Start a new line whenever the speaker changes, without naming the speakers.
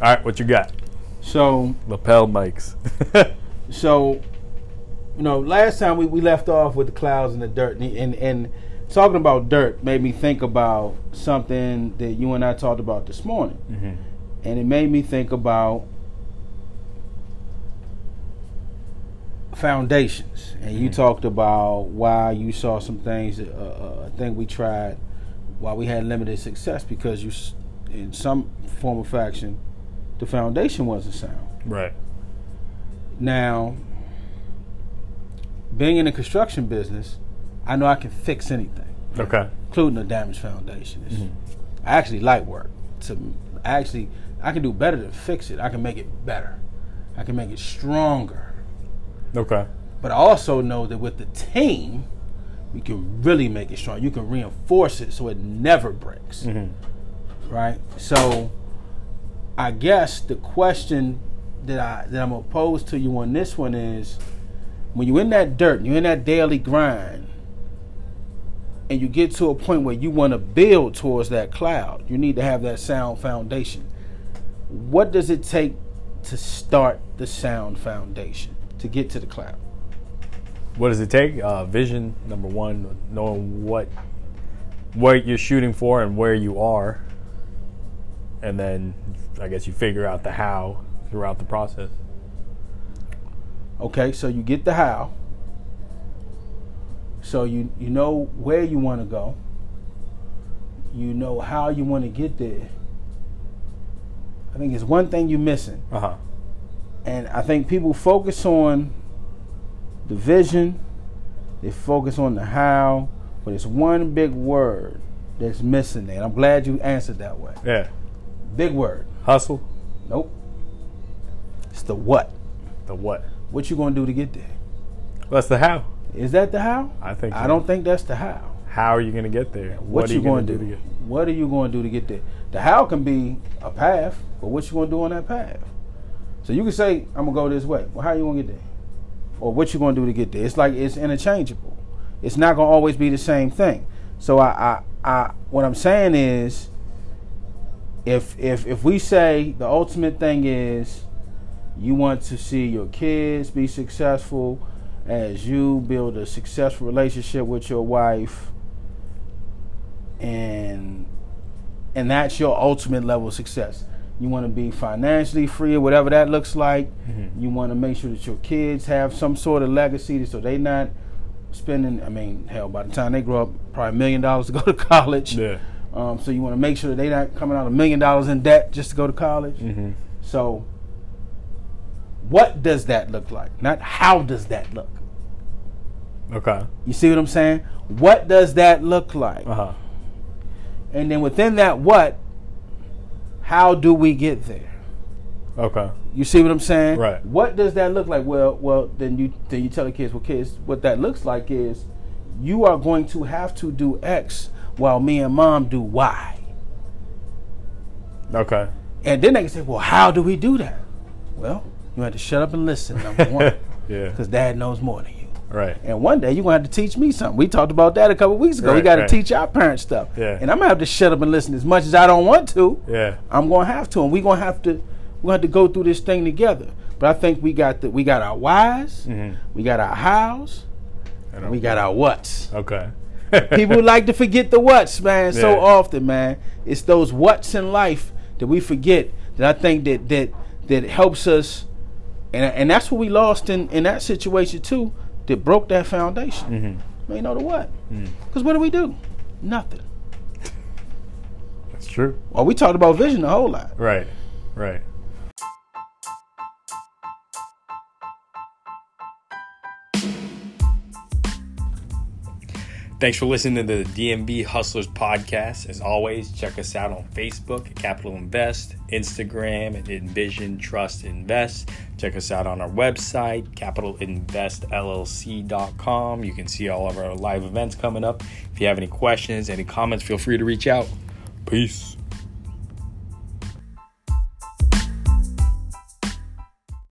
All right, what you got?
So
Lapel mics.
so you know last time we, we left off with the clouds and the dirt and, and and talking about dirt made me think about something that you and i talked about this morning and it made me think about foundations and you talked about why you saw some things that, uh, uh, i think we tried why we had limited success because you s- in some form of faction the foundation wasn't sound
right.
now, being in the construction business, I know I can fix anything,
Okay.
including a damaged foundation. It's- I actually like work. To I actually, I can do better than fix it. I can make it better. I can make it stronger.
Okay.
But I also know that with the team, we can really make it strong. You can reinforce it so it never breaks. Right? So I guess the question that I that I'm gonna pose to you on this one is when you're in that dirt, you're in that daily grind, and you get to a point where you wanna build towards that cloud, you need to have that sound foundation. What does it take to start the sound foundation to get to the cloud?
What does it take? Uh, vision number one, knowing what what you're shooting for and where you are, and then I guess you figure out the how throughout the process.
Okay, so you get the how. So you you know where you want to go. You know how you want to get there. I think it's one thing you're missing,
Uh huh.
and I think people focus on the vision. They focus on the how, but it's one big word that's missing there. And I'm glad you answered that way.
Yeah.
Big word.
Hustle.
Nope. It's the what.
The what?
What you gonna do to get there?
That's the how.
Is that the how?
I think.
I
so.
don't think that's the how.
How are you going to get there?
What,
are
you going to
gonna
do?
get-
What are you going to do to get there? The how can be a path, but what you going to do on that path? So you can say, "I'm gonna go this way." Well, how you gonna get there? Or what you gonna do to get there? It's like it's interchangeable. It's not gonna always be the same thing. So I, I, I what I'm saying is, if if if we say the ultimate thing is, you want to see your kids be successful, as you build a successful relationship with your wife, and and that's your ultimate level of success. You want to be financially free, or whatever that looks like. You want to make sure that your kids have some sort of legacy, so they not spending. I mean, hell, by the time they grow up, probably a million dollars to go to college.
Yeah.
Um, so you want to make sure that they not coming out a million dollars in debt just to go to college.
Mhm.
So, what does that look like? Not how does that look.
Okay.
You see what I'm saying? What does that look like?
Uh huh.
And then within that what, how do we get there?
Okay.
You see what I'm saying?
Right.
What does that look like? Well, well, then you then you tell the kids, well, kids, what that looks like is you are going to have to do X while me and mom do Y.
Okay.
And then they can say, well, how do we do that? Well, you have to shut up and listen, number one,
yeah.
because dad knows more than you.
Right.
And one day you're gonna have to teach me something. We talked about that a couple weeks ago. we
Right,
got to
right.
teach our parents stuff.
Yeah.
And I'm gonna have to shut up and listen as much as I don't want to.
Yeah.
I'm gonna have to, and we're gonna have to we're gonna have to go through this thing together. But I think we got the we got our whys,
Mhm.
we got our hows,
And
and we got our whats.
Okay.
People like to forget the whats, man, so
Yeah.
often, man. It's those whats in life that we forget that I think that that that helps us and and that's what we lost in, in that situation too, that broke that foundation.
Mhm.
Man, you know the what? Because what do we do? Nothing.
That's true.
Well, we talked about vision a whole lot.
Right. Right. Thanks for listening to the DMV Hustlers podcast. As always, check us out on Facebook at Capital Invest, Instagram at Envision Trust Invest. Check us out on our website, capitalinvestllc.com. You can see all of our live events coming up. If you have any questions, any comments, feel free to reach out. Peace.